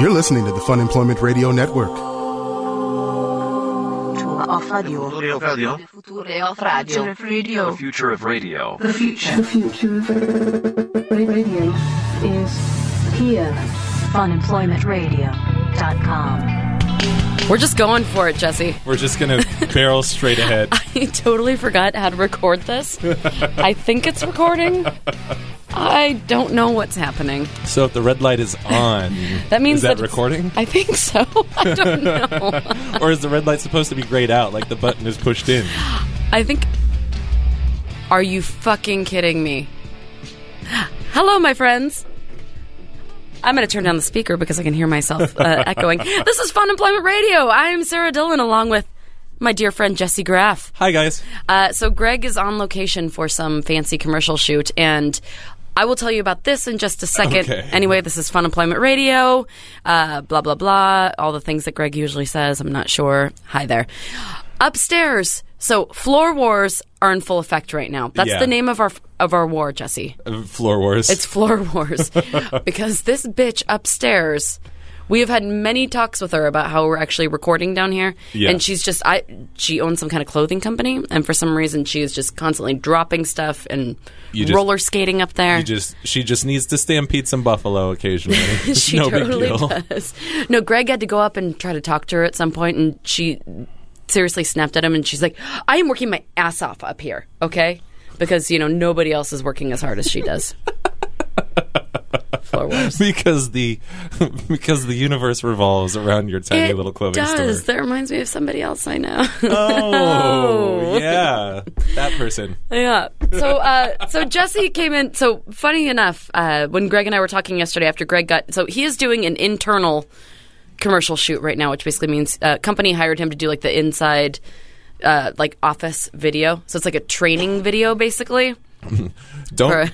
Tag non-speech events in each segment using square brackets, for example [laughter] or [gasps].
You're listening to the Fun Employment Radio Network. Future of radio. Future Future of of radio. radio. The future of radio. The future. The future of radio is here. funemploymentradio.com. We're just going for it, [laughs] Jesse. We're just gonna barrel straight ahead. [laughs] I totally forgot how to record this. [laughs] I think it's recording. I don't know what's happening. So if the red light is on, That means is that, it's- recording, [laughs] I think so. I don't know. or is the red light supposed to be grayed out, like the button is pushed in? I think. Are you fucking kidding me? [gasps] Hello, my friends. I'm going to turn down the speaker because I can hear myself [laughs] uh, echoing. This is Fun Employment Radio. I'm Sarah Dillon along with my dear friend Jesse Graff. Hi guys. Uh, so Greg is on location for some fancy commercial shoot, and I will tell you about this in just a second. Okay. Anyway, this is Fun Employment Radio. Uh, blah blah blah. All the things that Greg usually says. I'm not sure. Hi there. Upstairs. So floor wars are in full effect right now. That's Yeah. the name of our of our war, Jesse. Uh, Floor wars. It's floor [laughs] wars because this bitch upstairs. We have had many talks with her about how we're actually recording down here, Yeah. and she's just I she owns some kind of clothing company, and for some reason she is just constantly dropping stuff and You just- roller skating up there. you just she just needs to stampede some buffalo occasionally. [laughs] It's she no totally big deal. does. No, Greg had to go up and try to talk to her at some point, and she seriously snapped at him, and she's like, "I am working my ass off up here, okay? Because you know nobody else is working as hard as she [laughs] does." floor wars. [laughs] Because the [laughs] because the universe revolves around your tiny It little clothing does. [laughs] store. That reminds me of somebody else I [laughs] know. Oh yeah, that [laughs] person. Oh, yeah. So, uh, so Jesse came in. So, funny enough, uh, when Greg and I were talking yesterday, after Greg got, so he is doing an internal commercial shoot right now, which basically means uh, company hired him to do like the inside, uh, like office video. So it's like a training video, basically. Don't Or-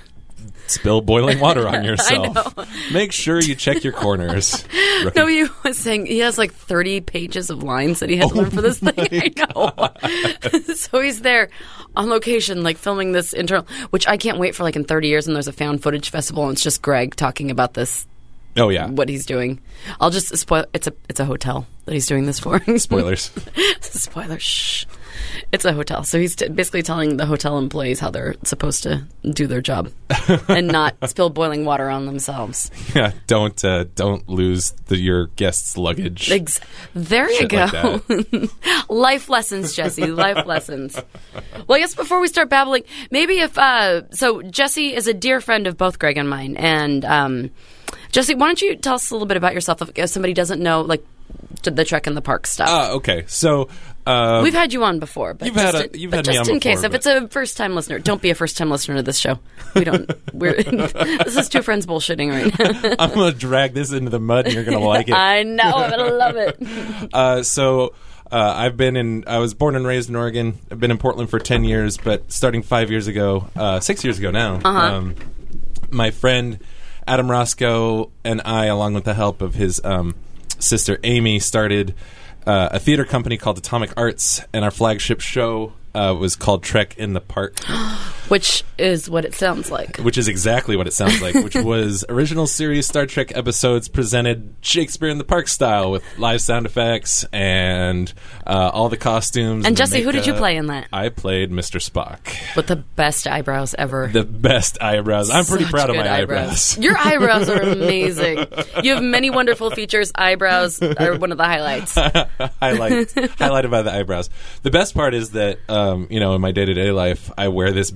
spill boiling water [laughs] on yourself. know. Make sure you check your [laughs] corners. Rookie. No, he was saying he has like 30 pages of lines that he had to learn for this thing. [laughs] I know. [laughs] so he's there on location, like filming this internal, which I can't wait for like in 30 years. And there's a found footage festival, and it's just Greg talking about this, oh yeah. what he's doing. I'll just spoil. It's a it's a hotel that he's doing this for. [laughs] Spoilers. Spoiler. Shh. It's a hotel, so he's t- basically telling the hotel employees how they're supposed to do their job and not spill boiling water on themselves. Yeah, don't uh, don't lose the, your guests' luggage. Ex- there you Shit like go. [laughs] life lessons, Jesse. Life lessons. Well, I guess before we start babbling, maybe if uh, so, Jesse is a dear friend of both Greg and mine, and um, Jesse, why don't you tell us a little bit about yourself if, if somebody doesn't know, like t- the Trek in the Park stuff. Ah, okay. So, uh, [laughs] We've had you on before, but You've just, had a- you've but had me just on in before, case, if but- it's a first-time listener, don't be a first-time listener to this show. We don't. [laughs] We're this is two friends bullshitting right now. I'm gonna drag this into the mud, and you're gonna like [laughs] it. I know. I'm gonna love it. Uh, so, uh, I've been in. I was born and raised in Oregon. I've been in Portland for ten years, but starting five years ago, uh, six years ago now, um, my friend Adam Roscoe and I, along with the help of his um, sister Amy, started uh, a theater company called Atomic Arts, and our flagship show uh, was called Trek in the Park. Which is what it sounds like. which is exactly what it sounds [laughs] like, which was original series Star Trek episodes presented Shakespeare in the Park style with live sound effects and uh, all the costumes. And, the Jesse, who did you makeup. play in that? I played Mr. Spock. With the best eyebrows ever. The best eyebrows. I'm pretty Such proud of good my eyebrows. [laughs] Your eyebrows are [laughs] amazing. You have many wonderful features. Eyebrows are one of the [laughs] highlights. [laughs] Highlight, highlighted by the eyebrows. The best part is that, um, you know, in my day to day life, I wear this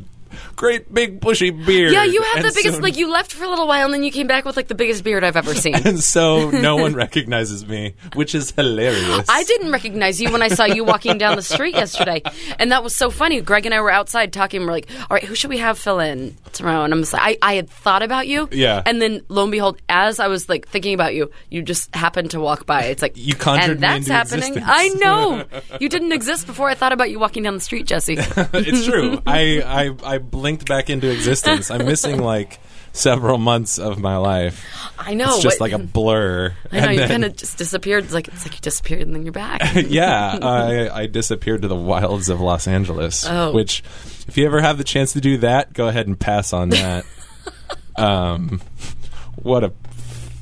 great big bushy beard. Yeah, you have the And biggest. so- like you left for a little while, and then you came back with like the biggest beard I've ever seen. [laughs] and so no one recognizes me, which is hilarious. I didn't recognize you when I saw you walking down the [laughs] street yesterday. And that was so funny. Greg and I were outside talking. We're like, all right, who should we have fill in tomorrow? And I'm just like, I, I had thought about you. Yeah. And then lo and behold, as I was like thinking about you, you just happened to walk by. It's like, You conjured and me that's into happening. existence. I [laughs] know. You didn't exist before I thought about you walking down the street, Jesse. [laughs] it's true. I, I I blinked back into existence. I'm missing like several months of my life. I know. It's just but- like a blur. Oh, I know, And you then- kind of just disappeared. It's like, it's like you disappeared and then you're back. [laughs] yeah, I, I disappeared to the wilds of Los Angeles. Oh. Which, if you ever have the chance to do [laughs] that, go ahead and pass on that. um, what a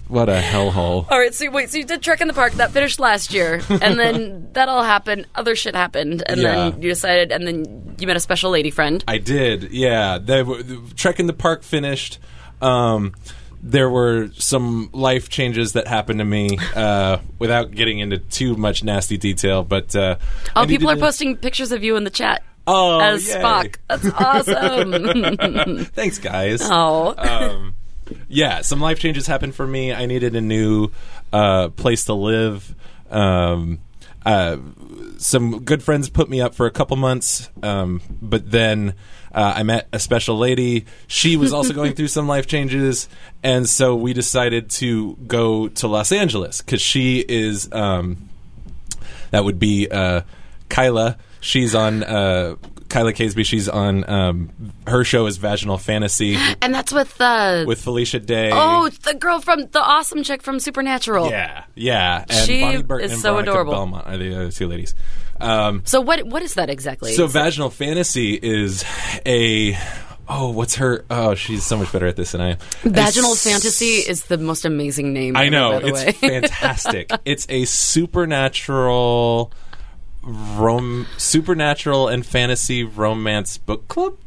What a hellhole. All right, so you- wait, so you did Trek in the Park that finished last year, and [laughs] then that all happened. Other shit happened, and Yeah. then you decided, and then you met a special lady friend. I did. Yeah, the, the Trek in the Park finished. Um, there were some life changes that happened to me uh, without getting into too much nasty detail, but uh, I oh, people needed are to- posting pictures of you in the chat Oh, as yay. Spock. [laughs] That's awesome. Thanks, guys. oh, um, yeah, some life changes happened for me. I needed a new uh, place to live. Um, uh, some good friends put me up for a couple months, um, but then uh, I met a special lady. She was also going through some life changes, and so we decided to go to Los Angeles because she is. Um, that would be uh, Kyla. She's on uh, Kyla Casby. She's on um, her show is Vaginal Fantasy and that's with uh, with Felicia Day. oh it's the girl from the awesome chick from Supernatural. yeah, yeah. And She Bonnie Burton is and so Veronica adorable. Belmont are the other two ladies. Um, So what what is that exactly? so Vaginal Fantasy is a oh, what's her? Oh, she's so much better at this than I am. Vaginal It's- fantasy is the most amazing name. I know By the it's way. [laughs] fantastic. it's a supernatural. Rom- supernatural and fantasy romance book club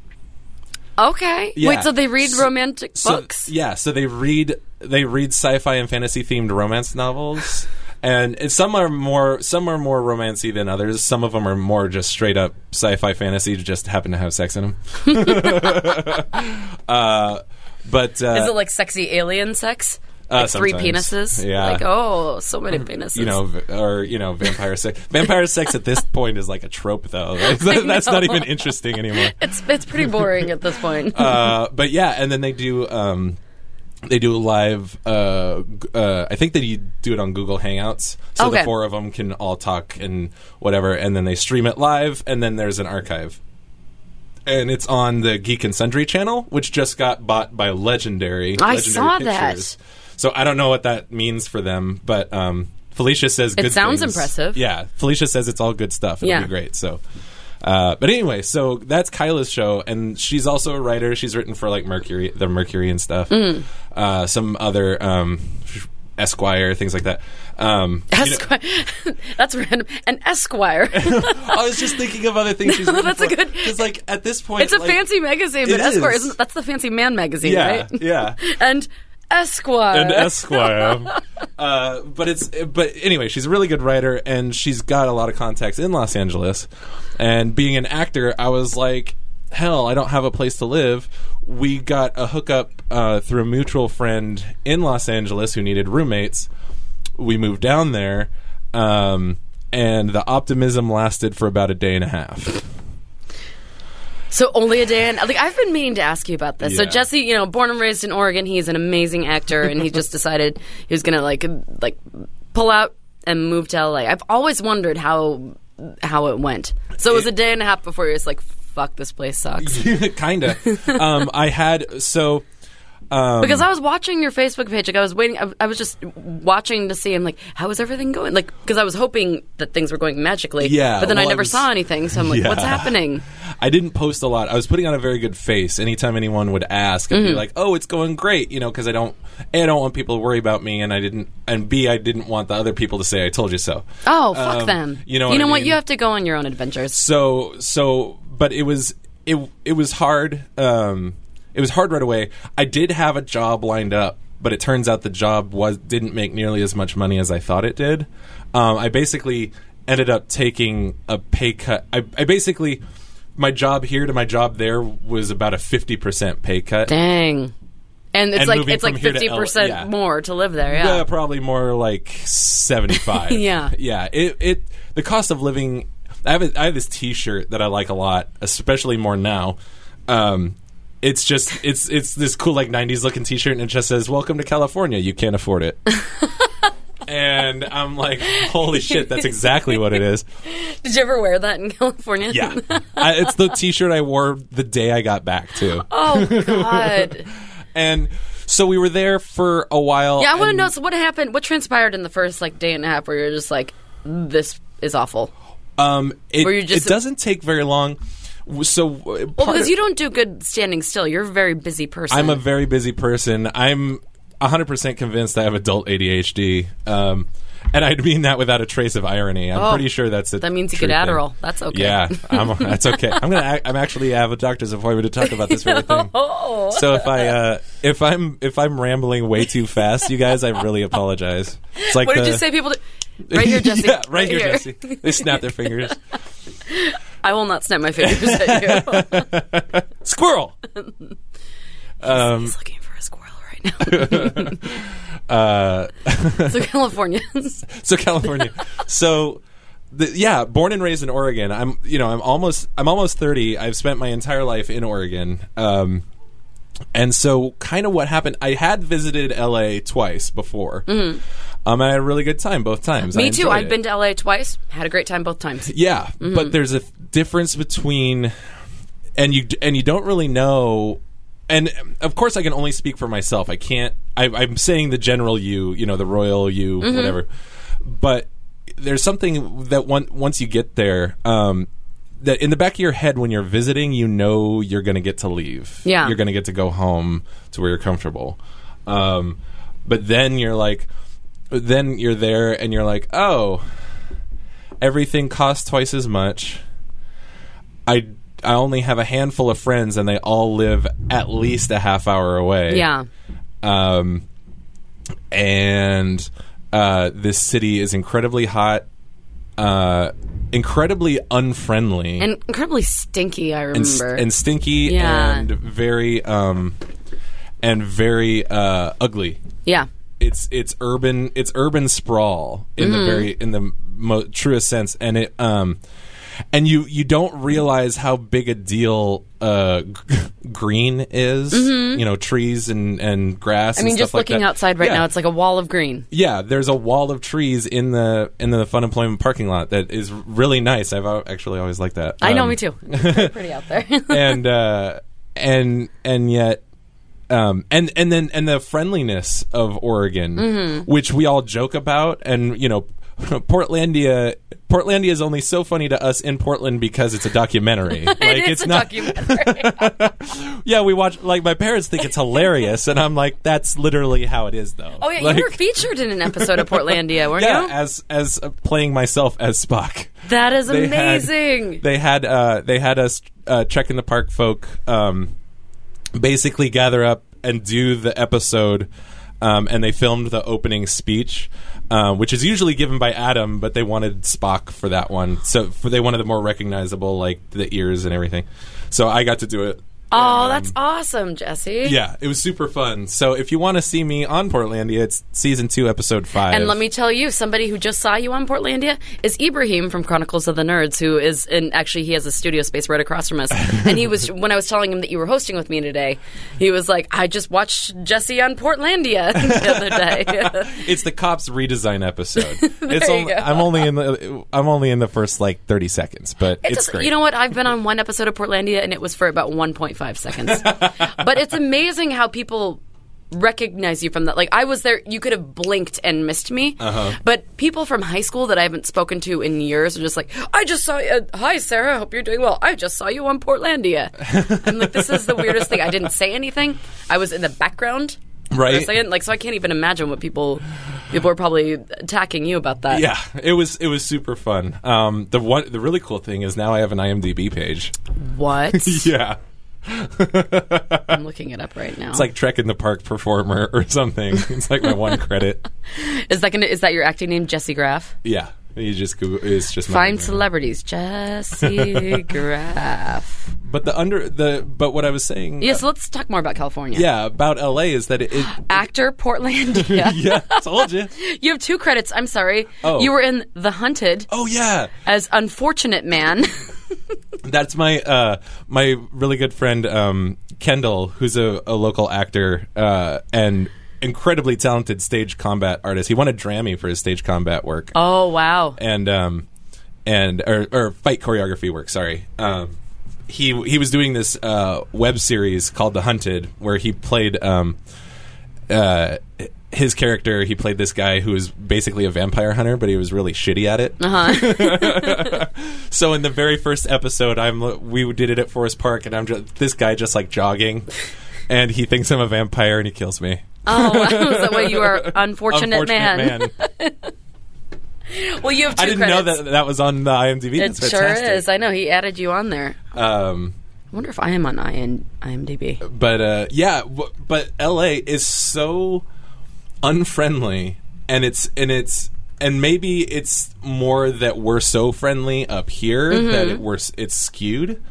okay. Yeah. Wait, so they read So- romantic so, books? Yeah, so they read they read sci-fi and fantasy themed romance novels, and it- some are more some are more romancy than others. Some of them are more just straight up sci-fi fantasy, just happen to have sex in them. [laughs] uh, but uh, Is it like sexy alien sex? Uh, like three sometimes. penises? Yeah. Like, oh, so many penises. [laughs] you know, v- or you know, vampire sex. Vampire sex at this point is like a trope, though. [laughs] That's, that's not even interesting anymore. It's, it's pretty boring at this point. [laughs] uh, but yeah, and then they do um, they do a live. Uh, g- uh, I think they do it on Google Hangouts, so Okay. the four of them can all talk and whatever, and then they stream it live, and then there's an archive. And it's on the Geek and Sundry channel, which just got bought by Legendary. I Legendary saw that. Pictures. So I don't know what that means for them, but um, Felicia says good sounds things. impressive. Yeah, Felicia says it's all good stuff. It'll Yeah. be great. So, uh, but anyway, so that's Kyla's show, and she's also a writer. She's written for like Mercury, the Mercury and stuff, Mm. uh, some other um, Esquire things like that. Um, you know- Esquire. [laughs] That's random. An [laughs] Esquire. I was just thinking of [laughs] other things. She's written That's a for. good- 'Cause, like at this point, it's a like- fancy magazine, It but Esquire is. is. not That's the fancy man magazine, Yeah, right? yeah. And Esquire. and Esquire. [laughs] uh, but it's but anyway, she's a really good writer, and she's got a lot of contacts in Los Angeles. And being an actor, I was like, hell, I don't have a place to live. We got a hookup uh, through a mutual friend in Los Angeles who needed roommates. We moved down there, um, and the optimism lasted for about a day and a half. [laughs] So only a day in. Like I've been meaning to ask you about this. So Yeah. Jesse, you know, born and raised in Oregon, he's an amazing actor, and he [laughs] just decided he was gonna like like pull out and move to LA. I've always wondered how how it went. So it was a day and a half before you're just like, fuck, this place sucks. Kinda. Um, I had so. Um, Because I was watching your Facebook page, like I was waiting, I, I was just watching to see, I'm like, how is everything going? Like, because I was hoping that things were going magically, Yeah, But then I well, I never was- saw anything, so I'm like, what's Yeah. happening? I didn't post a lot. I was putting on a very good face anytime anyone would ask. I'd be like, "Oh, it's going great," you know, because I don't, a, I don't want people to worry about me, and I didn't, and b, I didn't want the other people to say, "I told you so." Oh, fuck Um, them. you know what you I know what? mean? You have to go on your own adventures. So, so, but it was, it, it was hard. Um, it was hard right away. I did have a job lined up, but it turns out the job was didn't make nearly as much money as I thought it did. Um, I basically ended up taking a pay cut. I, I basically. My job here to my job there was about a fifty percent pay cut. Dang. And it's And like moving it's like from here to fifty percent L- yeah. more to live there. Yeah. Yeah, probably more like seventy [laughs] five. Yeah. yeah. It it the cost of living. I have a, I have this T shirt that I like a lot, especially more now. Um, it's just it's it's this cool like '90s looking T shirt, and it just says "Welcome to California. You can't [laughs] afford it." and I'm like, holy shit, that's exactly what it is. Did you ever wear that in [laughs] California? Yeah, [laughs] I, it's the T shirt I wore the day I got back too, oh God. and so we were there for a [laughs] while. Yeah, I want to and- know so what happened. What transpired in the first like day and a half where you're just like, this is awful. Um, it, Where you just- it doesn't take very long. W- So, uh, Well, part because of- you don't do good standing still. You're a very busy person. I'm a very busy person. I'm hundred percent convinced I have adult ADHD, um, and I mean that without a trace of irony. I'm Oh, pretty sure that's it. that means you get Adderall. That's okay. Yeah, I'm, that's okay. I'm gonna. I'm actually have a doctor's appointment to talk about this [laughs] very thing. Oh. So if I uh, if I'm if I'm rambling way too fast, you guys, I really apologize. It's like What the- did you say, people? Do? Right here, Jesse. [laughs] yeah, right, here, Jesse. They snap their fingers. I will not snap my fingers [laughs] at you. Squirrel. Um, He's looking for a squirrel right now. [laughs] Uh, [laughs] so Californians. [laughs] so California. so the, yeah, born and raised in Oregon. I'm you know I'm almost I'm almost thirty. I've spent my entire life in Oregon. Um, and so kind of what happened. I had visited LA twice before. Um, I had a really good time both times. I Mm-hmm. Me too. enjoyed I've it. been to LA twice. Had a great time both times. Yeah, but there's a f- difference between, and you d- and you don't really know. And um, of course, I can only speak for myself. I can't. I, I'm saying the general you, you know, the royal you, whatever. But there's something that one, once you get there, um, that in the back of your head when you're visiting, you know you're going to get to leave. Yeah. you're going to get to go home to where you're comfortable. Um, but then you're like, then you're there and you're like, oh, everything costs twice as much. I I only have a handful of friends, and they all live at least a half hour away. Yeah. Um, and uh, this city is incredibly hot, uh, incredibly unfriendly, And incredibly stinky, I and, s- remember. and stinky, Yeah. and very um, and very uh, ugly yeah. it's it's urban it's urban sprawl in Mm-hmm. the very in the mo- truest sense and it um and you you don't realize how big a deal uh g- green is you know trees and and grass Mm-hmm. I mean, just looking outside right yeah. now, it's like a wall of green. yeah there's a wall of trees in the in the fun employment parking lot that is really nice i've al- actually always liked that I know, Um, me [laughs] too. It's pretty out there. and uh, and and yet um, and and then and the friendliness of Oregon, Mm-hmm. which we all joke about, and you know, [laughs] Portlandia. Portlandia is only so funny to us in Portland because it's a [laughs] documentary. like it's, a not. documentary. Yeah, we watch. Like my parents think it's hilarious, and I'm like, that's literally how it is, though. Oh yeah, like, you were featured in an episode of Portlandia, weren't [laughs] yeah, you? as as uh, playing myself as Spock. that is They had- amazing. They had uh, they had us uh, check in the park folk um, basically gather up and do the episode, um, and they filmed the opening speech, uh, which is usually given by Adam, but they wanted Spock for that one, so for they wanted the more recognizable like the ears and everything. So I got to do it. oh, that's awesome, Jesse. um, Yeah, it was super fun. So if you want to see me on Portlandia, it's season two, episode five. And let me tell you, somebody who just saw you on Portlandia is Ibrahim from Chronicles of the Nerds, who is in actually he has a studio space right across from us. And he was when I was telling him that you were hosting with me today, he was like, "I just watched Jesse on Portlandia [laughs] the other day." [laughs] It's the cops redesign episode. it's you only, go. I'm only in the I'm only in the first like 30 seconds, but It it's doesn't- great. You know what? I've been on one episode of Portlandia, and it was for about 1.5 [laughs] seconds. but it's amazing how people recognize you from that. Like I was there, you could have blinked and missed me. Uh-huh. But people from high school that I haven't spoken to in years are just like, "I just saw you. Uh, hi, Sarah. Hope you're doing well. I just saw you on Portlandia." I'm like, this is the weirdest thing. I didn't say anything. I was in the background. For a Right. second. Like so, I can't even imagine what people people are probably attacking you about that. Yeah, it was it was super fun. Um, the one the really cool thing is now I have an IMDb [laughs] page. What? [laughs] Yeah, I'm looking it up right now. it's like Trek in the Park performer or something. [laughs] It's like my one credit. Is that gonna, is that your acting name, Jesse Graff? Yeah, you just Google. It's just my Find name. celebrities, Jesse [laughs] Graff. But the under the but what I was saying. Yes, let's talk more about California. yeah, about LA is that it. it [laughs] Actor Portlandia. yeah, told you. You have two credits. I'm sorry. Oh. You were in The Hunted Oh yeah. as Unfortunate [laughs] Man. That's my uh, my really good friend um, Kendall, who's a, a local actor uh, and incredibly talented stage combat artist. He won a Drammy for his stage combat work oh, wow. and um, and or, or fight choreography work. Sorry, um, he he was doing this uh, web series called The Hunted, where he played um, uh, his character. He played this guy who was basically a vampire hunter, but he was really shitty at it. Uh-huh. [laughs] so in the very first episode, I'm we did it at Forest Park, and I'm just, this guy just like jogging, and he thinks I'm a vampire, and he kills me. [laughs] Oh, is that what you [laughs] are? Unfortunate, Unfortunate man. [laughs] Well, you have two I didn't credits. know that that was on the IMDb. It That's sure fantastic. is. I know he added you on there. I Um, wonder if I am on IN- IMDb. but uh, yeah, w- but LA is so unfriendly, and it's and it's and maybe it's more that we're so friendly up here that it, we're s- it's skewed.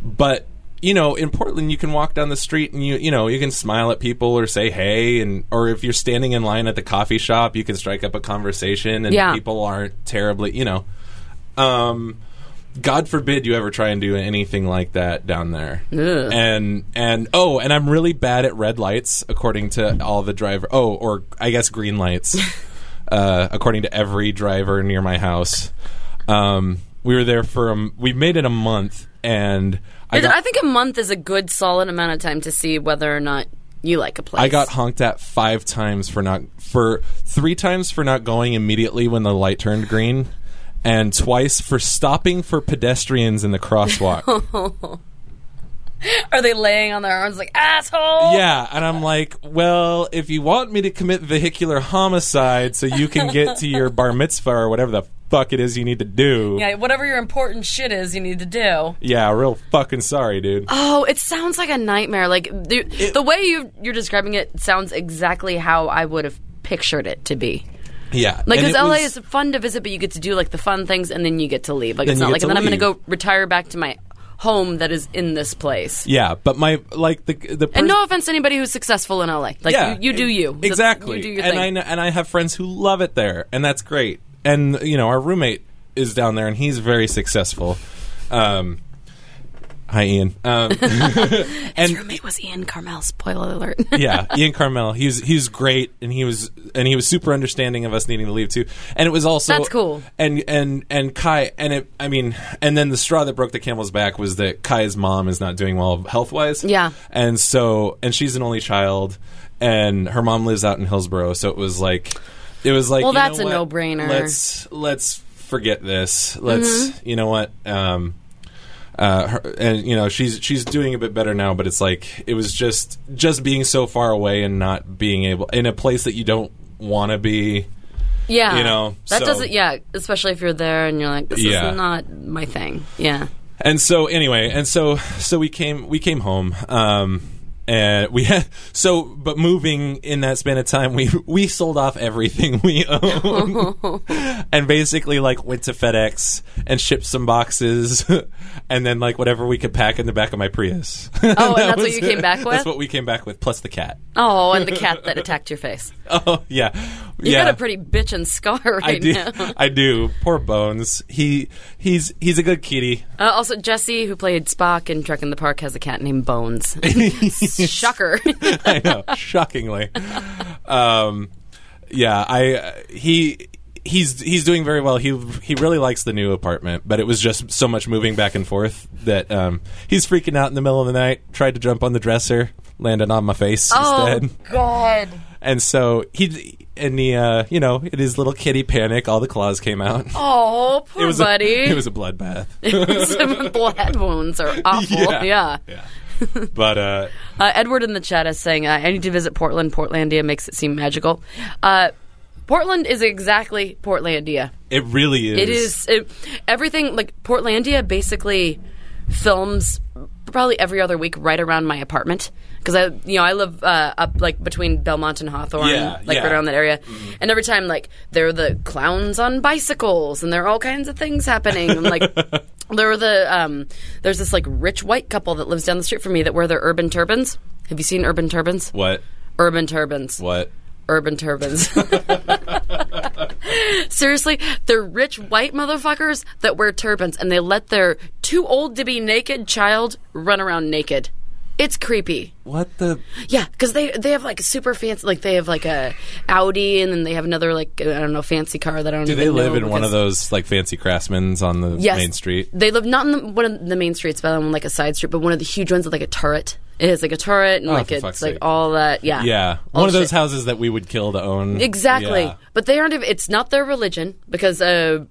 But you know, in Portland, you can walk down the street and you you know you can smile at people or say hey, and or if you're standing in line at the coffee shop, you can strike up a conversation, and Yeah. people aren't terribly you know. Um, God forbid you ever try and do anything like that down there. And and oh, and I'm really bad at red lights, according to all the driver. Oh, or I guess green lights, uh, according to every driver near my house. Um, we were there for a, m- we made it a month, and I I, got, think a month is a good, solid amount of time to see whether or not you like a place. I got honked at five times for not for three times for not going immediately when the light turned green, and twice for stopping for pedestrians in the crosswalk. Are they laying on their arms like asshole? Yeah, and I'm like, well, if you want me to commit vehicular homicide so you can get to your bar mitzvah or whatever the fuck it is you need to do, yeah, Yeah, whatever your important shit is, you need to do. real fucking sorry, dude. Oh, it sounds like a nightmare. Like the, the way you you're describing it sounds exactly how I would have pictured it to be. yeah, Like, and because it LA was- is fun to visit, but you get to do like the fun things, and then you get to leave. Like, Then it's you not get like, to and then I'm going to leave. go retire back to my home that is in this place. yeah, but my like the the And pers- no offense to anybody who's successful in LA. Like, yeah, you, you do you. That's- exactly. You do your and thing. I know, and I have friends who love it there, and that's great. And you know, our roommate is down there, and he's very successful. Um, hi, Ian. Um, and Roommate was Ian Carmel. Spoiler alert. [laughs] yeah, Ian Carmel. He was he was great, and he was and he was super understanding of us needing to leave too. And it was also That's cool. And and and Kai and it. I mean, and then the straw that broke the camel's back was that Kai's mom is not doing well health wise. Yeah. and so and she's an only child, and her mom lives out in Hillsboro. So it was like, it was like, Well, you know that's a what? no-brainer. Mm-hmm. Let's let's forget this. Let's you know what. Um, uh, her, and you know she's she's doing a bit better now, but it's like it was just just being so far away and not being able in a place that you don't want to be. yeah. You know, That so- doesn't, yeah. Especially if you're there and you're like, this Yeah. is not my thing. Yeah. And so anyway, and so so we came we came home. Um, and we had so, but moving in that span of time, we we sold off everything we owned, [laughs] and basically like went to FedEx and shipped some boxes, [laughs] and then like whatever we could pack in the back of my Prius. Oh, [laughs] and that's what you came back with? That's what we came back with, plus the cat. [laughs] Oh, and the cat that attacked your face. Oh yeah, [laughs] You yeah. got a pretty bitchin' scar right I do. now. [laughs] I do. Poor Bones. He he's he's a [laughs] good kitty. [laughs] Uh, also, Jesse, who played Spock in Trek in the Park, has a cat named Bones. [laughs] Shocker. I know, shockingly. Um, yeah, I uh, he he's he's doing very well. He he really likes the new apartment, but it was just so much moving back and forth that um, he's freaking out in the middle of the night. Tried to jump on the dresser, landed on my face oh, instead, God. and so he and the uh, you know in his little kitty panic, all the claws came out. Oh, poor it was buddy. A, [laughs] it was a bloodbath. [laughs] Some blood wounds [laughs] are awful. Yeah. yeah. But uh, Uh, Edward in the chat is saying, uh, I need to visit Portland. Portlandia makes it seem magical. Uh, Portland is exactly Portlandia. it really is. It is it, everything, like, Portlandia basically films probably every other week right around my apartment. Because I, you know, I live uh, up like between Belmont and Hawthorne, Yeah, like yeah. Mm-hmm. right around that area. And every time, like, there are the clowns on bicycles, and there are all kinds of things happening. And [laughs] like, there were the um, there's this like rich white couple that lives down the street from me that wear their urban turbans. Have you seen urban turbans? What? Urban turbans. What? Urban turbans. Seriously, they're rich white motherfuckers that wear turbans and they let their too old to be naked child run around naked. It's creepy. What the? Yeah, because they they have like super fancy, like they have like a Audi, and then they have another like I don't know fancy car that I don't. Do they even live know in one of because- those like fancy craftsmen's on the Yes. main street? They live not in the, one of the main streets, but on like a side street, but one of the huge ones with like a turret. It has like a turret and Oh, like for it's fuck's like sake. all that. Yeah, Yeah, All one of those Ah. Oh, shit. houses that we would kill to own. Exactly, Yeah. but they aren't. It's not their religion because uh,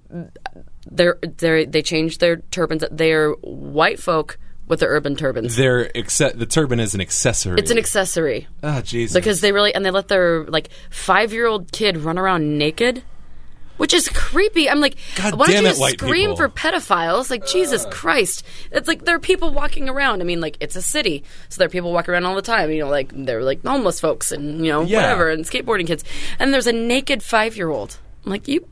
they're they they changed their turbans. They are white folk with their urban turbans. They're exce- the turban is an accessory. it's an accessory oh Jesus. because they really and they let their like five year old kid run around naked, which is creepy. I'm like, God why don't damn you it, just white scream people. for pedophiles? Like Jesus Christ, it's like there are people walking around. I mean, like it's a city, so there are people walking around all the time. You know, like they're like homeless folks and you know Yeah. whatever and skateboarding kids, and there's a naked five year old. I'm like, you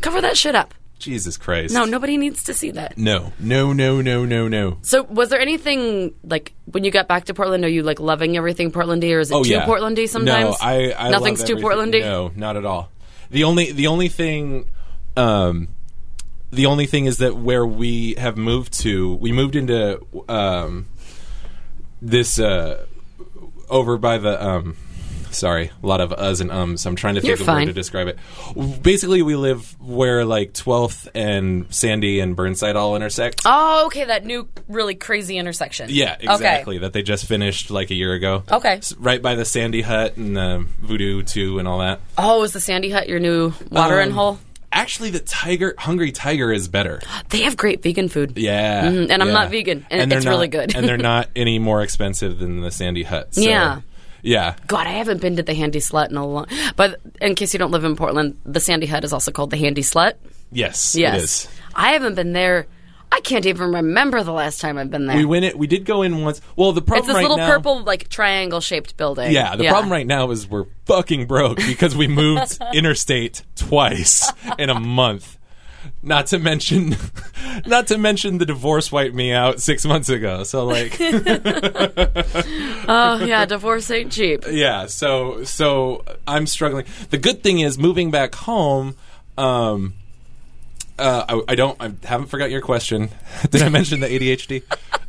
cover that shit up. Jesus Christ. No, nobody needs to see that. No, no, no, no, no, no. So, was there anything like when you got back to Portland? Are you like loving everything Portlandy, or is it Oh too yeah, Portlandy sometimes? No, I, I nothing's love too Portlandy. everything. No, not at all. The only the only thing, um, the only thing is that where we have moved to, we moved into um, this uh, over by the um. Sorry, a lot of uhs and ums. I'm trying to think You're of a fine. word to describe it. Basically, we live where like 12th and Sandy and Burnside all intersect. Oh, okay, that new really crazy intersection. Yeah, exactly. Okay. That they just finished like a year ago. Okay. S- right by the Sandy Hut and the Voodoo Two and all that. Oh, is the Sandy Hut your new watering Um, hole? Actually, the Tiger Hungry Tiger [gasps] is better. They have great vegan food. Yeah, Mhm, and I'm yeah. not vegan, and they're it's really not- good. [laughs] and they're not any more expensive than the Sandy Hut. so- Yeah. yeah. God, I haven't been to the Handy Slut in a long. But in case you don't live in Portland, the Sandy Hut is also called the Handy Slut. Yes, Yes, it is. I haven't been there. I can't even remember the last time I've been there. We went it. We did go in once. Well, the problem it's this right little now, purple, like triangle shaped building. Yeah, the problem right now is we're fucking broke because we moved interstate twice in a month. Not to mention, [laughs] not to mention the divorce wiped me out six months ago. So like, Oh yeah, divorce ain't cheap. yeah. So so I'm struggling. The good thing is moving back home. Um, uh, I, I don't. I haven't forgot your question. [laughs] Did I mention the ADHD?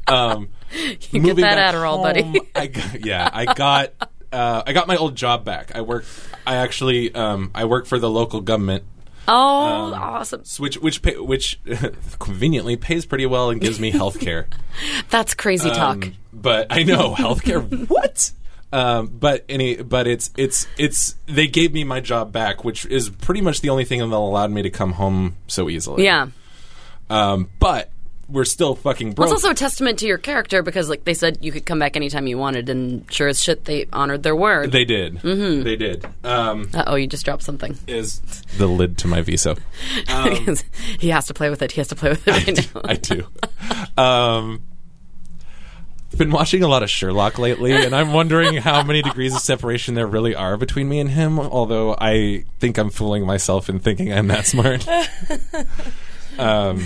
Um, [laughs] You [laughs] get that Adderall, buddy. I g- yeah, I got uh, I got my old job back. I work. I actually um, I work for the local government, [laughs] Oh, Um, awesome. which which pay, which [laughs] conveniently pays pretty well and [laughs] gives me health care. That's crazy talk. Um, but I know [laughs] healthcare. what? Um, but any, but it's it's it's they gave me my job back, which is pretty much the only thing that allowed me to come home so easily. Yeah. Um, but we're still fucking broke. It's also a testament to your character because, like, they said you could come back anytime you wanted, and sure as shit, they honored their word. they did. Mm-hmm. They did. Um, Uh oh, you just dropped something. is the lid to my visa? [laughs] he has to play with it. He has to play with it right now. Um, [laughs] I do. [laughs] Um, I've been watching a lot of Sherlock lately, and I'm wondering how many degrees of separation there really are between me and him. Although I think I'm fooling myself in thinking I'm that [laughs] smart. um,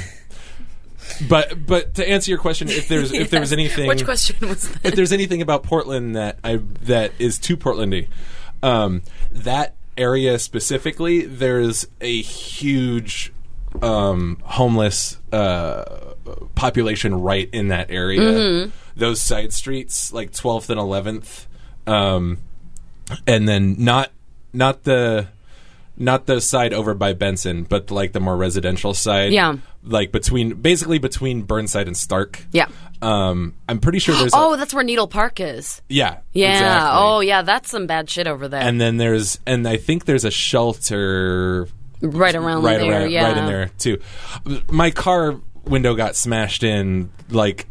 but but to answer your question, if there's if there was [laughs] anything, Which question was that? if there's anything about Portland that I that is too Portlandy, um, that area specifically, there's a huge um, homeless uh, population right in that area. Mm-hmm. Those side streets, like 12th and 11th, um, and then not not the not the side over by Benson, but like the more residential side. Yeah. like between basically between Burnside and Stark. Yeah. Um, I'm pretty sure there's. a- Oh, that's where Needle Park is. yeah. Yeah. exactly. Oh, yeah. That's some bad shit over there. And then there's, and I think there's a shelter right around right there. around, yeah. right in there too. My car window got smashed in like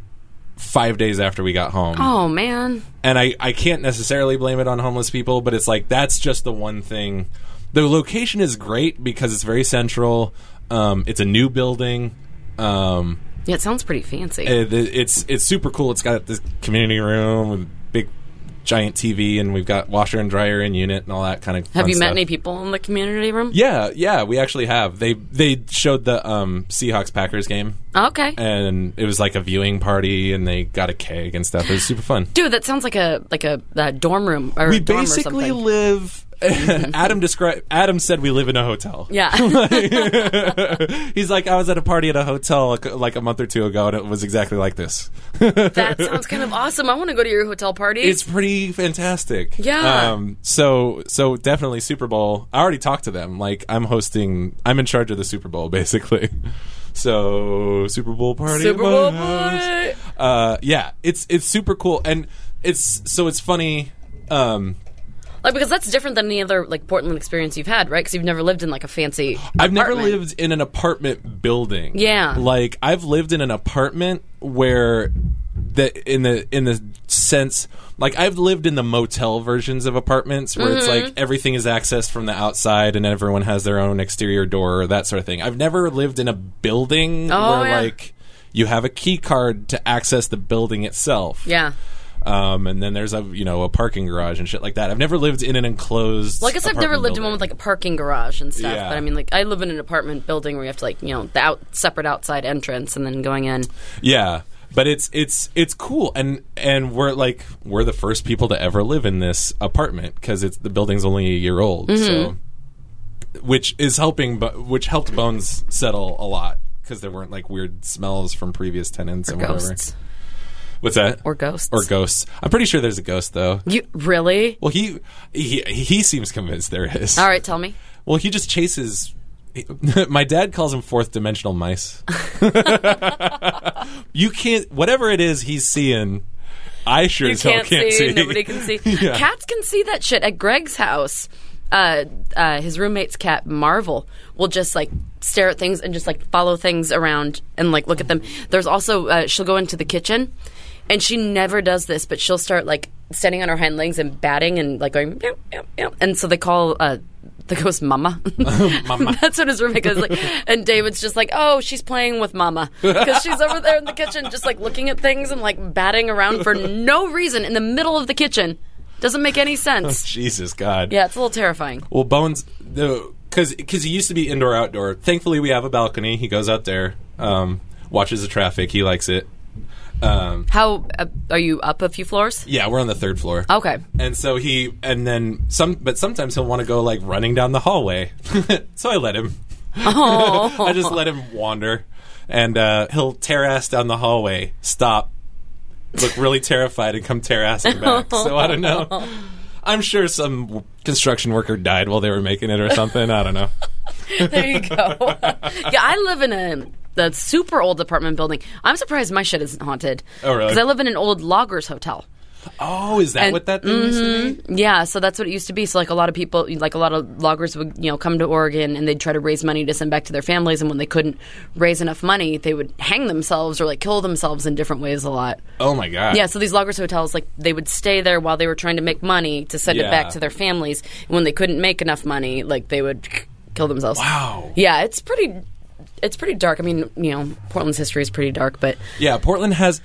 five days after we got home, Oh man. and I I can't necessarily blame it on homeless people, but it's like that's just the one thing. The location is great because it's very central. Um, it's a new building. Um, Yeah, it sounds pretty fancy. it, it's it's super cool. It's got this community room with big giant TV, and we've got washer and dryer in unit and all that kind of. Have fun you met stuff. any people in the community room? Yeah, yeah, we actually have. They they showed the um, Seahawks Packers game, Okay. and it was like a viewing party, and they got a keg and stuff. It was super fun. Dude, that sounds like a like a, uh dorm room or We dorm basically or [laughs] something. Mm-hmm. live. [laughs] Adam described. Adam said we live in a hotel. yeah. He's [laughs] like, [laughs] I was at a party at a hotel like, like a month or two ago, and it was exactly like this. that sounds kind of awesome. I want to go to your hotel party. It's pretty fantastic. Yeah. Um, so so definitely Super Bowl. I already talked to them. Like I'm hosting. I'm in charge of the Super Bowl [laughs] basically. So Super Bowl party. Super at my Bowl house. party. Uh, yeah. It's it's super cool and it's so it's funny. Um, Like because that's different than any other like Portland experience you've had, right? Because you've never lived in like a fancy. I've never apartment. lived in an apartment building. Yeah. Like I've lived in an apartment where that in the in the sense like I've lived in the motel versions of apartments where it's Mm-hmm. like everything is accessed from the outside and everyone has their own exterior door or that sort of thing. I've never lived in a building Oh, where yeah. like you have a key card to access the building itself. Yeah. Um, and then there's a you know a parking garage and shit like that. I've never lived in an enclosed. Well, I guess I've never apartment lived in one building. with like a parking garage and stuff. Yeah. But I mean, like I live in an apartment building where you have to like you know the out, separate outside entrance and then going in. Yeah, but it's it's it's cool, and and we're like we're the first people to ever live in this apartment because it's the building's only a year old, so Mm-hmm. which is helping, but which helped Bones settle a lot because there weren't like weird smells from previous tenants and whatever. Ghosts What's that? or ghosts or ghosts? I'm pretty sure there's a ghost though. You really? Well, he he he seems convinced there is. All right, tell me. Well, he just chases. [laughs] My dad calls them fourth dimensional mice. [laughs] you can't. Whatever it is he's seeing, I sure You as hell can't, can't, see, Nobody [laughs] can see. Yeah. Cats can see that shit at Greg's house. Uh, uh, his roommate's cat Marvel will just like stare at things and just like follow things around and like look at them. There's also uh, she'll go into the kitchen, and she never does this, but she'll start like standing on her hind legs and batting and like going, meow, meow, meow. and so they call uh, the ghost [laughs] Mama. [laughs] Mama. That's what his roommate goes [laughs] like. And David's just like, oh, she's playing with mama. Because she's over there in the kitchen just like looking at things and like batting around for no reason in the middle of the kitchen. Doesn't make any sense. Jesus God. Yeah, it's a little terrifying. Well, Bones, because because he used to be indoor outdoor. Thankfully, we have a balcony. He goes out there, um, watches the traffic. He likes it. Um, How uh, are you up a few floors? yeah, we're on the third floor. Okay. [laughs] And so he, and then some, but sometimes he'll want to go like running down the hallway. [laughs] so I let him. [laughs] I just let him wander, and uh, he'll tear ass down the hallway, stop, look really terrified, and come tear ass back. So I don't know. I'm sure some w- construction worker died while they were making it or something. I don't know. There you go. [laughs] yeah, I live in a the super old apartment building. I'm surprised my shit isn't haunted. Oh, really? Because I live in an old loggers hotel. Oh, is that And- what that thing used to be? Mm-hmm. Yeah, so that's what it used to be. So like a lot of people, like a lot of loggers would, you know, come to Oregon and they'd try to raise money to send back to their families. And when they couldn't raise enough money, they would hang themselves or like kill themselves in different ways a lot. Oh my god. Yeah, so these loggers hotels, like they would stay there while they were trying to make money to send it Yeah. back to their families. And when they couldn't make enough money, like they would kill themselves. Wow. Yeah, it's pretty. It's pretty dark. I mean, you know, Portland's history is pretty dark, but Yeah, Portland has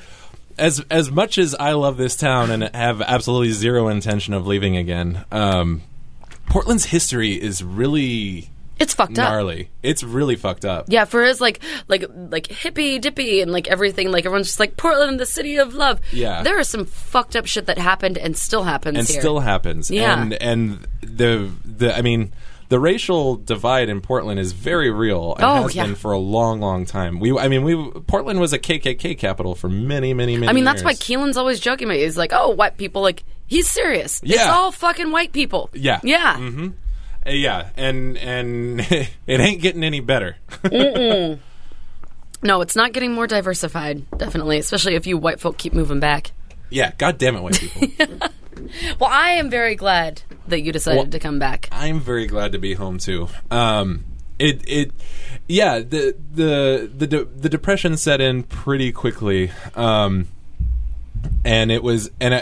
as as much as I love this town and have absolutely zero intention of leaving again. Um, Portland's history is really it's fucked up. gnarly. It's really fucked up. Yeah, for his like like like hippy dippy and like everything, like everyone's just like Portland, the city of love. Yeah. there is some fucked up shit that happened and still happens and here. still happens. Yeah. and and the the I mean. The racial divide in Portland is very real and Oh, has yeah. been for a long, long time. We, I mean, we Portland was a KKK capital for many, many, many. I mean, that's why years. Keelan's always joking about. it. He's like, "Oh, white people." Like he's serious. It's Yeah. all fucking white people. Yeah. yeah. Uh, yeah, and and [laughs] it ain't getting any better. [laughs] No, it's not getting more diversified. Definitely, especially if you white folk keep moving back. yeah, God damn it, white people. Well, I am very glad that you decided Well- to come back. I'm very glad to be home too. Um, it it yeah the the the de- the depression set in pretty quickly. Um, and it was and I,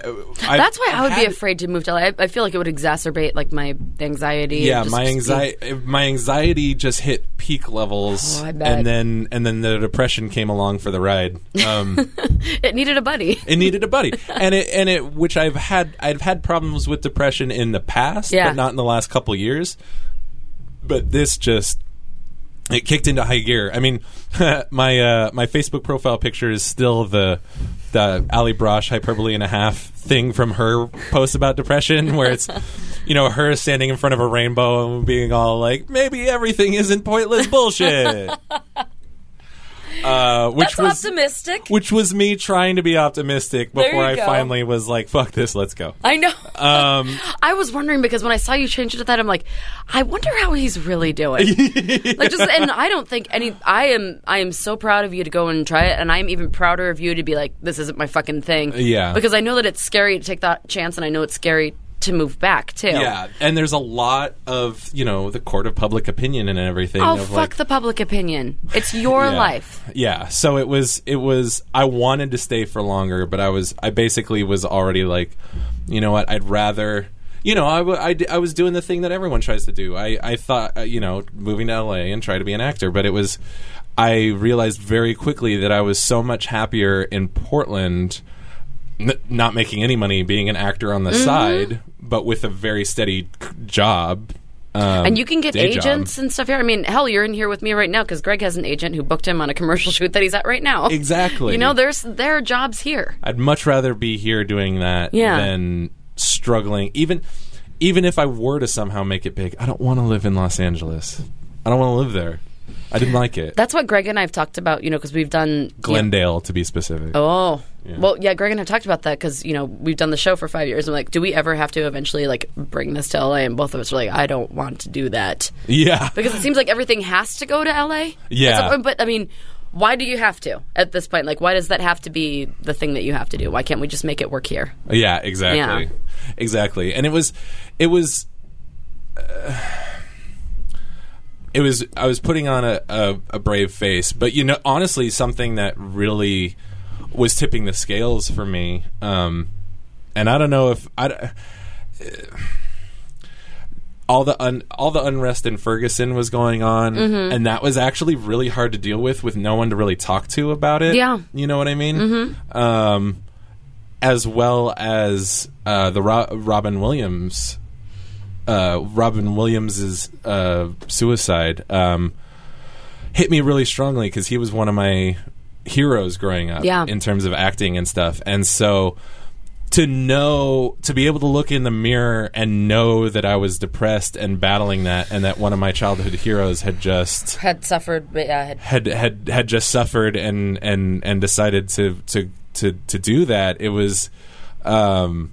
I- That's why I would be had- afraid to move to LA. I, I feel like it would exacerbate like my anxiety. Yeah, Just- my just be- anxiety my anxiety just hit peak levels, Oh, I bet. and then and then the depression came along for the ride. Um, [laughs] It needed a buddy. it needed [laughs] a buddy, and it and it which I've had I've had problems with depression in the past, Yeah. but not in the last couple years. But this just it kicked into high gear. I mean, [laughs] my uh, my Facebook profile picture is still the the Ali Brosh hyperbole and a half thing from her post about depression, [laughs] where it's you know her standing in front of a rainbow and being all like, maybe everything isn't [laughs] pointless bullshit. Uh, which That's was optimistic. which was me trying to be optimistic There before you I go. finally was like, "Fuck this, let's go." [laughs] I know. Um, [laughs] I was wondering because when I saw you change it to that, I'm like, I wonder how he's really doing. [laughs] Like just, and I don't think any. I am, I am so proud of you to go and try it, and I'm even prouder of you to be like, this isn't my fucking thing. Yeah. Because I know that it's scary to take that chance, and I know it's scary to move back too. Yeah, and there's a lot of you know the court of public opinion and everything. Oh of fuck like, the public opinion. It's your [laughs] Yeah. life. Yeah. So it was it was I wanted to stay for longer, but I was I basically was already like, you know what? I'd rather you know I, w- I, d- I was doing the thing that everyone tries to do. I I thought uh, you know moving to LA and try to be an actor, but it was I realized very quickly that I was so much happier in Portland. N- not making any money, being an actor on the Mm-hmm. side, but with a very steady c- job, um, And you can get day job. agents and stuff here. I mean, hell, you're in here with me right now because Greg has an agent who booked him on a commercial [laughs] shoot that he's at right now. Exactly. You know, there's there are jobs here. I'd much rather be here doing that Yeah. than struggling. Even even if I were to somehow make it big, I don't want to live in Los Angeles. I don't want to live there. I didn't like it. That's what Greg and I have talked about. You know, because we've done Glendale, to be specific. Oh. Well, yeah, Greg and I talked about that because, you know, we've done the show for five years. And we're like, do we ever have to eventually, like, bring this to LA? And both of us are like, I don't want to do that. [laughs] Yeah, Because it seems like everything has to go to LA. Yeah. It's- but, I mean, why do you have to at this point? Like, why does that have to be the thing that you have to do? Why can't we just make it work here? yeah, exactly, Yeah. exactly. And it was, it was, uh, it was I was putting on a, a, a brave face, but you know, honestly, something that really was tipping the scales for me. Um, and I don't know if I. d- all the un, all the unrest in Ferguson was going on, and that was actually really hard to deal with, with no one to really talk to about it. Yeah. you know what I mean. Um, as well as uh, the Ro- Robin Williams uh, Robin Williams's uh, suicide um, hit me really strongly because he was one of my heroes growing up Yeah. in terms of acting and stuff. And so to know, to be able to look in the mirror and know that I was depressed and battling that, and that one of my childhood heroes had just Had suffered, but yeah, had had had had just suffered and and and decided to to to to do that it was um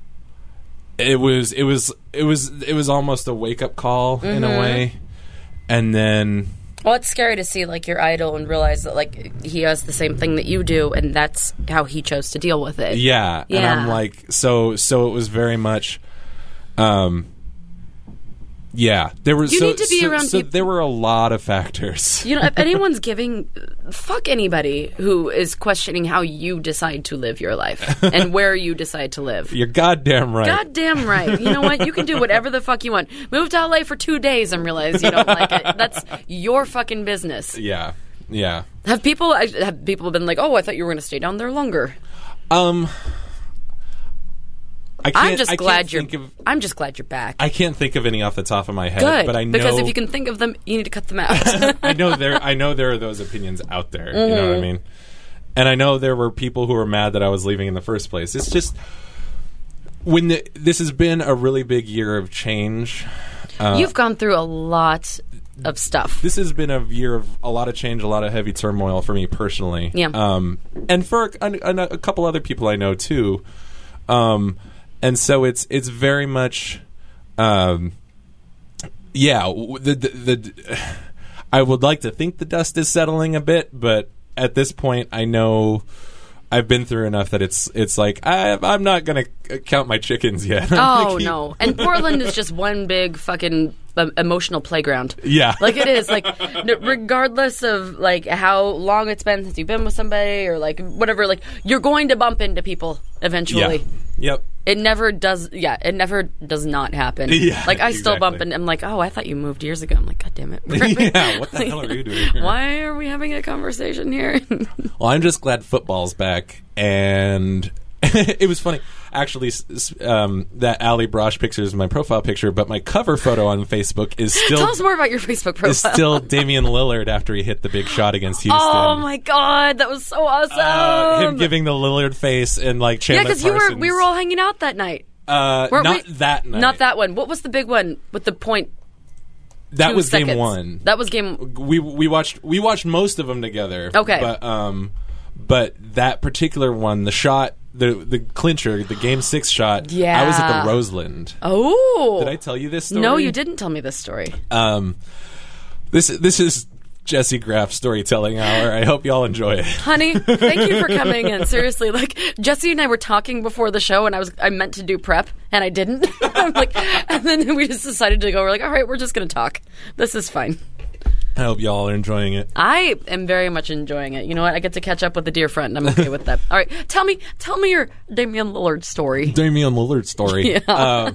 it was it was it was it was almost a wake up call in Mm-hmm. a way and then Well, it's scary to see like your idol and realize that like he has the same thing that you do, and that's how he chose to deal with it. yeah, and I'm Yeah. like so so it was very much um yeah there was You so, need to be so- around so peop- there were a lot of [laughs] factors You know, if anyone's giving, fuck anybody who is questioning how you decide to live your [laughs] life and where you decide to live. you're goddamn right Goddamn right. You know what? You can do whatever the fuck you want. Move to LA for two days and realize you don't like it. That's your fucking business. yeah yeah Have people I- have people been like, oh, I thought you were going to stay down there longer? um I can't, I'm just I glad can't you're. think of- I'm just glad you're back. I can't think of any off the top of my head, Good, but I know because if you can think of them, you need to cut them out. [laughs] I know there I know there are those opinions out there. You Mm-hmm. know what I mean? And I know there were people who were mad that I was leaving in the first place. It's just when the, this has been a really big year of change. Uh. [laughs] You've gone through a lot of stuff. [laughs] This has been a year of a lot of change, a lot of heavy turmoil for me personally. Yeah. Um, and for a, a, a couple other people I know too. Um, and so it's it's very much, um, yeah. w- The, the, the [sighs] I would like to think the dust is settling a bit, but at this point, I know. I've been through enough that it's it's like I, I'm not gonna c- count my chickens yet. [laughs] I'm gonna Oh keep- no! And Portland is just one big fucking um, emotional playground. Yeah. like it is. Like n- regardless of like how long it's been since you've been with somebody or like whatever, like you're going to bump into people eventually. Yeah. [laughs] Yep. [laughs] It never does. Yeah, it never does not happen. Yeah, like I still bump exactly. and I'm like, oh, I thought you moved years ago. I'm like, god damn it. [laughs] yeah. What the hell are you doing? Here? Why are we having a conversation here? [laughs] Well, I'm just glad football's back, and [laughs] it was funny actually. s- s- Um, that Ali Brosh picture is my profile picture, but my cover photo on Facebook [laughs] is still Tell us more about your Facebook profile. is still Damian Lillard after he hit the big shot against Houston. oh my god, that was so awesome. Uh, him giving the Lillard face and like yeah, Chandler because you were Parsons. we were all hanging out that night. uh, Weren't not we- that night. Not that one. What was the big one with the point? That two was game seconds? one. That was game. we we watched we watched most of them together. Okay. but um, but that particular one, the shot, the the clincher, the game six shot. I was at Yeah. the Roseland. Oh, Did I tell you this story? No, you didn't tell me this story. Um, this this is Jesse Graff storytelling hour. I hope y'all enjoy it. honey thank you for coming in seriously like jesse and i were talking before the show and i was i meant to do prep and i didn't [laughs] I'm like and then we just decided to go we're like all right we're just gonna talk this is fine I hope y'all are enjoying it. i am very much enjoying it you know what i get to catch up with a dear friend i'm okay with that all right tell me tell me your damien lillard story Damian Lillard story. [laughs] Uh,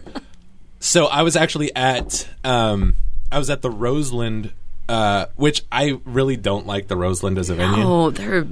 so I was actually at um, I was at the Roseland, uh, which I really don't like the Roseland as a venue. oh there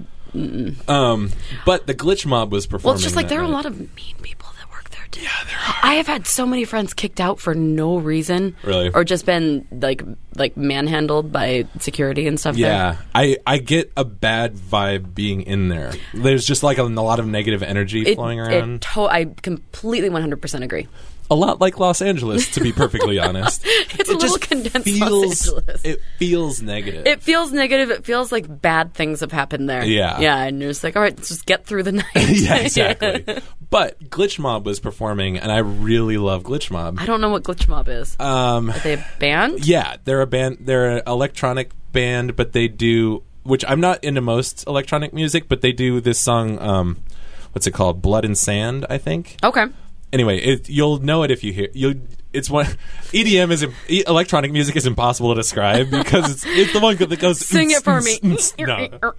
Um, but the Glitch Mob was performing. well it's just like that there are a night. lot of mean people that work there too yeah there are i have had so many friends kicked out for no reason Really? or just been like like manhandled by security and stuff there. Yeah, I, I get a bad vibe being in there. There's just like a, lot of negative energy flowing around. to- I completely 100% agree. a lot like Los Angeles, to [laughs] be perfectly honest. It's a little condensed Los Angeles. It feels negative. It feels negative. It feels like bad things have happened there. Yeah. Yeah. And you're just like, all right, let's just get through the [laughs] night. [laughs] [laughs] yeah, exactly. but Glitch Mob was performing, and I really love Glitch Mob. I don't know what Glitch Mob is. Um, Are they a band? yeah, they're a band. They're an electronic band, but they do which I'm not into most electronic music, but they do this song. Um, what's it called? Blood and Sand, I think. Okay. anyway, it, you'll know it if you hear you. It's one EDM is im- e- electronic music is impossible to describe because it's it's the one that goes [laughs] Sing it for me. [laughs] No.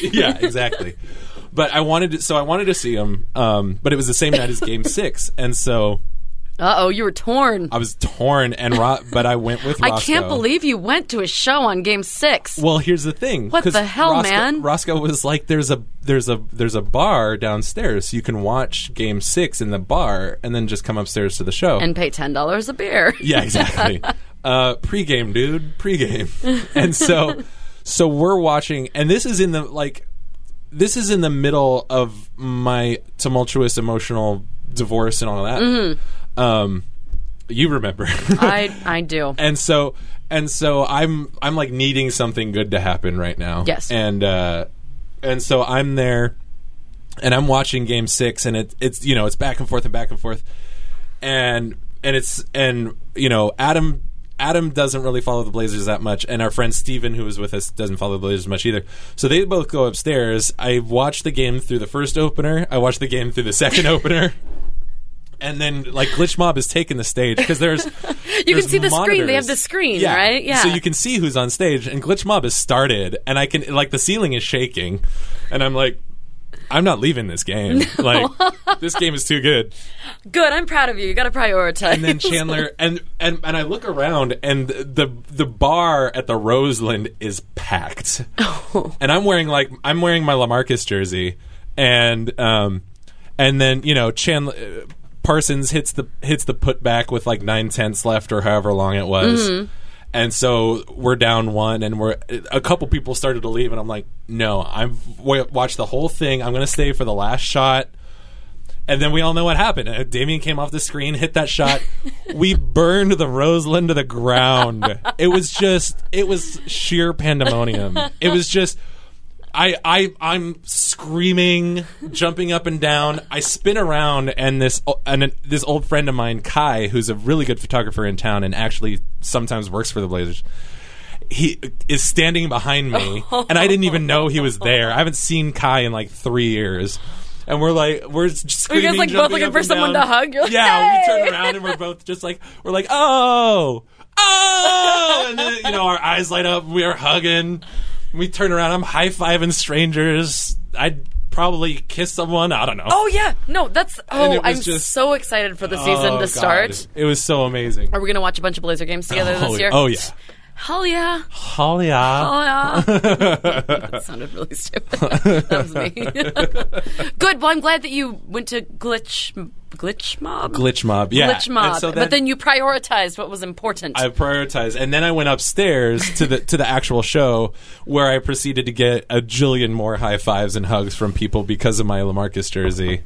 yeah, exactly. But I wanted to, so I wanted to see him, um, but it was the same night [laughs] as Game Six, and so Uh oh, you were torn. I was torn and ro- but I went with. Roscoe. I can't believe you went to a show on game six. Well, here's the thing. What 'cause the hell, Roscoe- man? Roscoe was like, "There's a there's a there's a bar downstairs. You can watch Game Six in the bar, and then just come upstairs to the show and pay $10 a [laughs] beer. Yeah, exactly. uh, pre-game, dude, pre-game. And so, so we're watching, and this is in the like, this is in the middle of my tumultuous emotional divorce and all that. Um, you remember? [laughs] I, I do. and so, and so I'm I'm like needing something good to happen right now. Yes. And uh, and so I'm there, and I'm watching Game Six, and it, it's you know it's back and forth and back and forth and and it's and you know Adam Adam doesn't really follow the Blazers that much, and our friend Steven, who was with us, doesn't follow the Blazers much either. So they both go upstairs. I watched the game through the first opener. I watched the game through the second [laughs] opener. And then, like, Glitch Mob is taking the stage because there's You there's can see the screen. They have monitors. the screen, Yeah. right? Yeah. So you can see who's on stage, and Glitch Mob has started, and I can like the ceiling is shaking, and I'm like, I'm not leaving this [laughs] game. Like, this game is too good. Good. I'm proud of you. You got to prioritize. [laughs] And then Chandler and and and I look around and the the bar at the Roseland is packed. And I'm wearing like I'm wearing my LaMarcus jersey and um and then, you know, Chandler uh, Parsons hits the hits the putback with like 9 tenths left or however long it was. And so we're down one, and we're a couple people started to leave, and I'm like, no, I've wa- watched the whole thing. I'm going to stay for the last shot. And then we all know what happened. Uh, Damien came off the screen, hit that shot. we burned the Roseland to the ground. It was just, it was sheer pandemonium. It was just, I, I, I'm screaming, jumping up and down. I spin around, and this, o- and an- this old friend of mine, Kai, who's a really good photographer in town, and actually sometimes works for the Blazers. He is standing [laughs] behind me, and I didn't even know he was there. I haven't seen Kai in like three years, and we're like, we're just you guys, screaming, like, both jumping looking up for and someone down. to hug? You're like, yeah, we "Hey!" turn around and we're both just like we're like, oh, oh, and then you know our eyes light up. We are hugging. We turn around. I'm high fiving strangers. I'd probably kiss someone. I don't know. Oh yeah, no, that's And it oh, was I'm just- so excited for the season Oh, to God. start. It was so amazing. Are we gonna watch a bunch of Blazer games together oh, this year? oh yeah, hell yeah, oh yeah. oh [laughs] yeah. [laughs] that sounded really stupid. [laughs] that was me. [laughs] Good. Well, I'm glad that you went to glitch glitch mob. Glitch mob. Yeah, Glitch mob. And so but then you prioritized what was important. I prioritized, and then I went upstairs to the to the actual show where I proceeded to get a jillion more high fives and hugs from people because of my [laughs] Lamarcus jersey,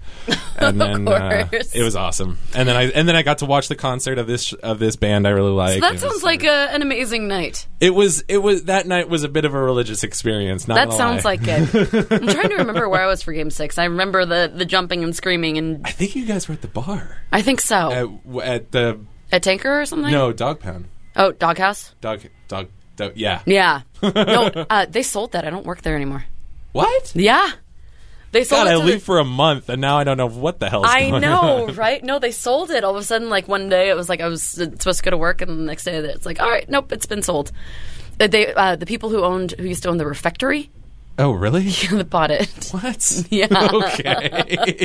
and then uh, course. it was awesome. And then I and then I got to watch the concert of this of this band I really like. that It sounds was- like a, an amazing night. it was it was that night was a bit of a religious experience. Not That gonna sounds lie. like it. [laughs] I'm trying to remember where I was for Game Six. I remember the, the jumping and screaming, and I think you guys were at the bar I think so. at, at the a tanker or something. no dog pound Oh, doghouse. dog dog That- yeah. Yeah. [laughs] No, uh, they sold that. I don't work there anymore. What? Yeah. They sold God, it. I to the- leave for a month and now I don't know what the hell's I going know, [laughs] on. [laughs] right? No, they sold it. All of a sudden, like one day, it was like I was supposed to go to work, and the next day, it's like, all right, nope, it's been sold. Uh, They, uh, the people who owned, who used to own the refectory, [laughs] Oh, really? that bought it. What? [laughs] Yeah. [laughs] okay.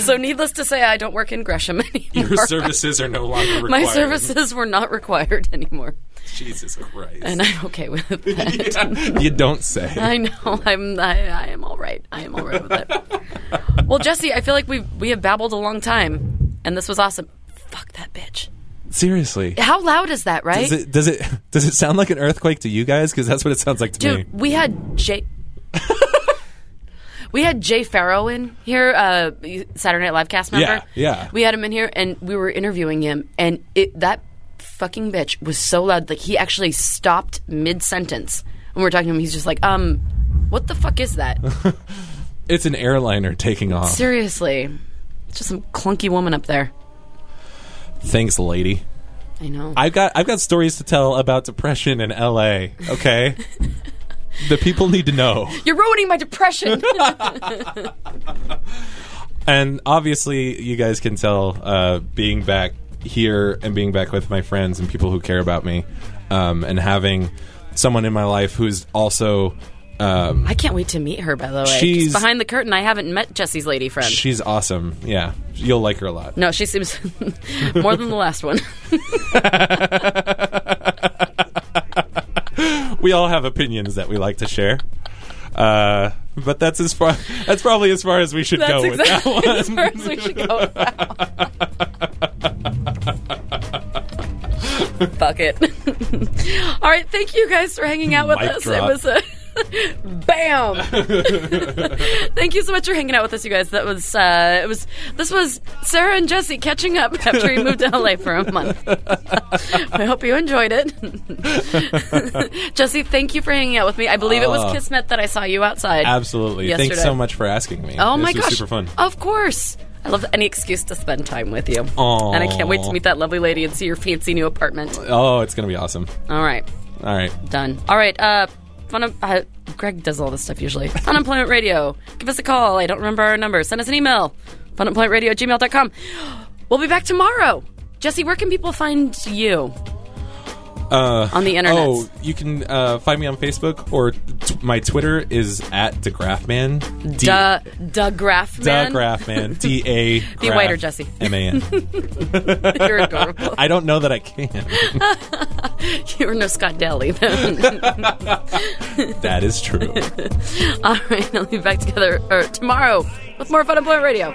So, needless to say, I don't work in Gresham [laughs] anymore. Your services are no longer required. My services were not required [laughs] anymore, Jesus Christ. and I'm okay with that. [laughs] [laughs] Yeah, you don't say. I know. I'm. I, I am all right. I am all right with it. well, Jesse, I feel like we we have babbled a long time, and this was awesome. Fuck that bitch. Seriously. How loud is that, right? Does it, does it does it sound like an earthquake to you guys? Because that's what it sounds like to Dude, me. we had Jay. [laughs] we had Jay Farrow in here, uh, Saturday Night Live cast member. Yeah, yeah. We had him in here, and we were interviewing him, and it that fucking bitch was so loud. Like he actually stopped mid sentence when we were talking to him. He's just like, um, what the fuck is that? It's an airliner taking off. Seriously, it's just some clunky woman up there. Thanks, lady. I know. I've got I've got stories to tell about depression in L.A. [laughs] Okay, the people need to know. You're ruining my [laughs] depression. And obviously, you guys can tell uh, being back here and being back with my friends and people who care about me, um, and having someone in my life who's also um, I can't wait to meet her. By the way, She's- Just behind the curtain. I haven't met Jesse's lady friend. she's awesome. Yeah, you'll like her a lot. No, she seems [laughs] more than the last one. [laughs] We all have opinions that we like to share. Uh, but that's as far. That's probably as far as we should go That's with that exactly one. as far as we should go. with that. Fuck it. [laughs] All right, thank you guys for hanging out with Mic us. drop. It was a [laughs] [laughs] bam. thank you so much for hanging out with us, you guys. That was uh, it was this was Sarah and Jesse catching up after we moved to LA for a month. [laughs] I hope you enjoyed it. [laughs] Jesse, thank you for hanging out with me. I believe it Oh. was Kismet that I saw you outside. [laughs] Absolutely. Thanks Yesterday. so much for asking me. Oh this my was gosh! super fun. Of course, I love any excuse to spend time with you. Aw. And I can't wait to meet that lovely lady and see your fancy new apartment. Oh, it's gonna be awesome. All right, All right. done. All right, uh, fun. Uh, Greg does all this stuff [laughs] usually. Unemployment Radio. Give us a call. I don't remember our number. Send us an email. Funemploymentradio at gmail.com. [gasps] We'll be back tomorrow. Jesse, where can people find you? Uh, On the internet. Oh, you can uh, find me on Facebook or t- my Twitter is at DeGraffman. D- Duh, Doug Graffman. DeGraffman. D [laughs] A. Be whiter, Jesse. M A [laughs] N. You're [laughs] adorable. I don't know that I can. You're no Scott Daly. Then. that is [laughs] true. All [laughs] right, I'll be back together or tomorrow with more Fun Employment Radio.